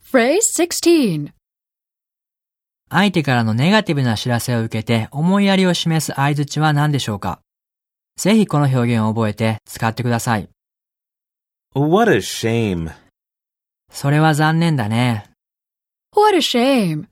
Phrase 16. 相手からのネガティブな知らせを受けて思いやりを示す相槌は何でしょうかぜひこの表現を覚えて使ってください。 What a shame. それは残念だね。 What a shame.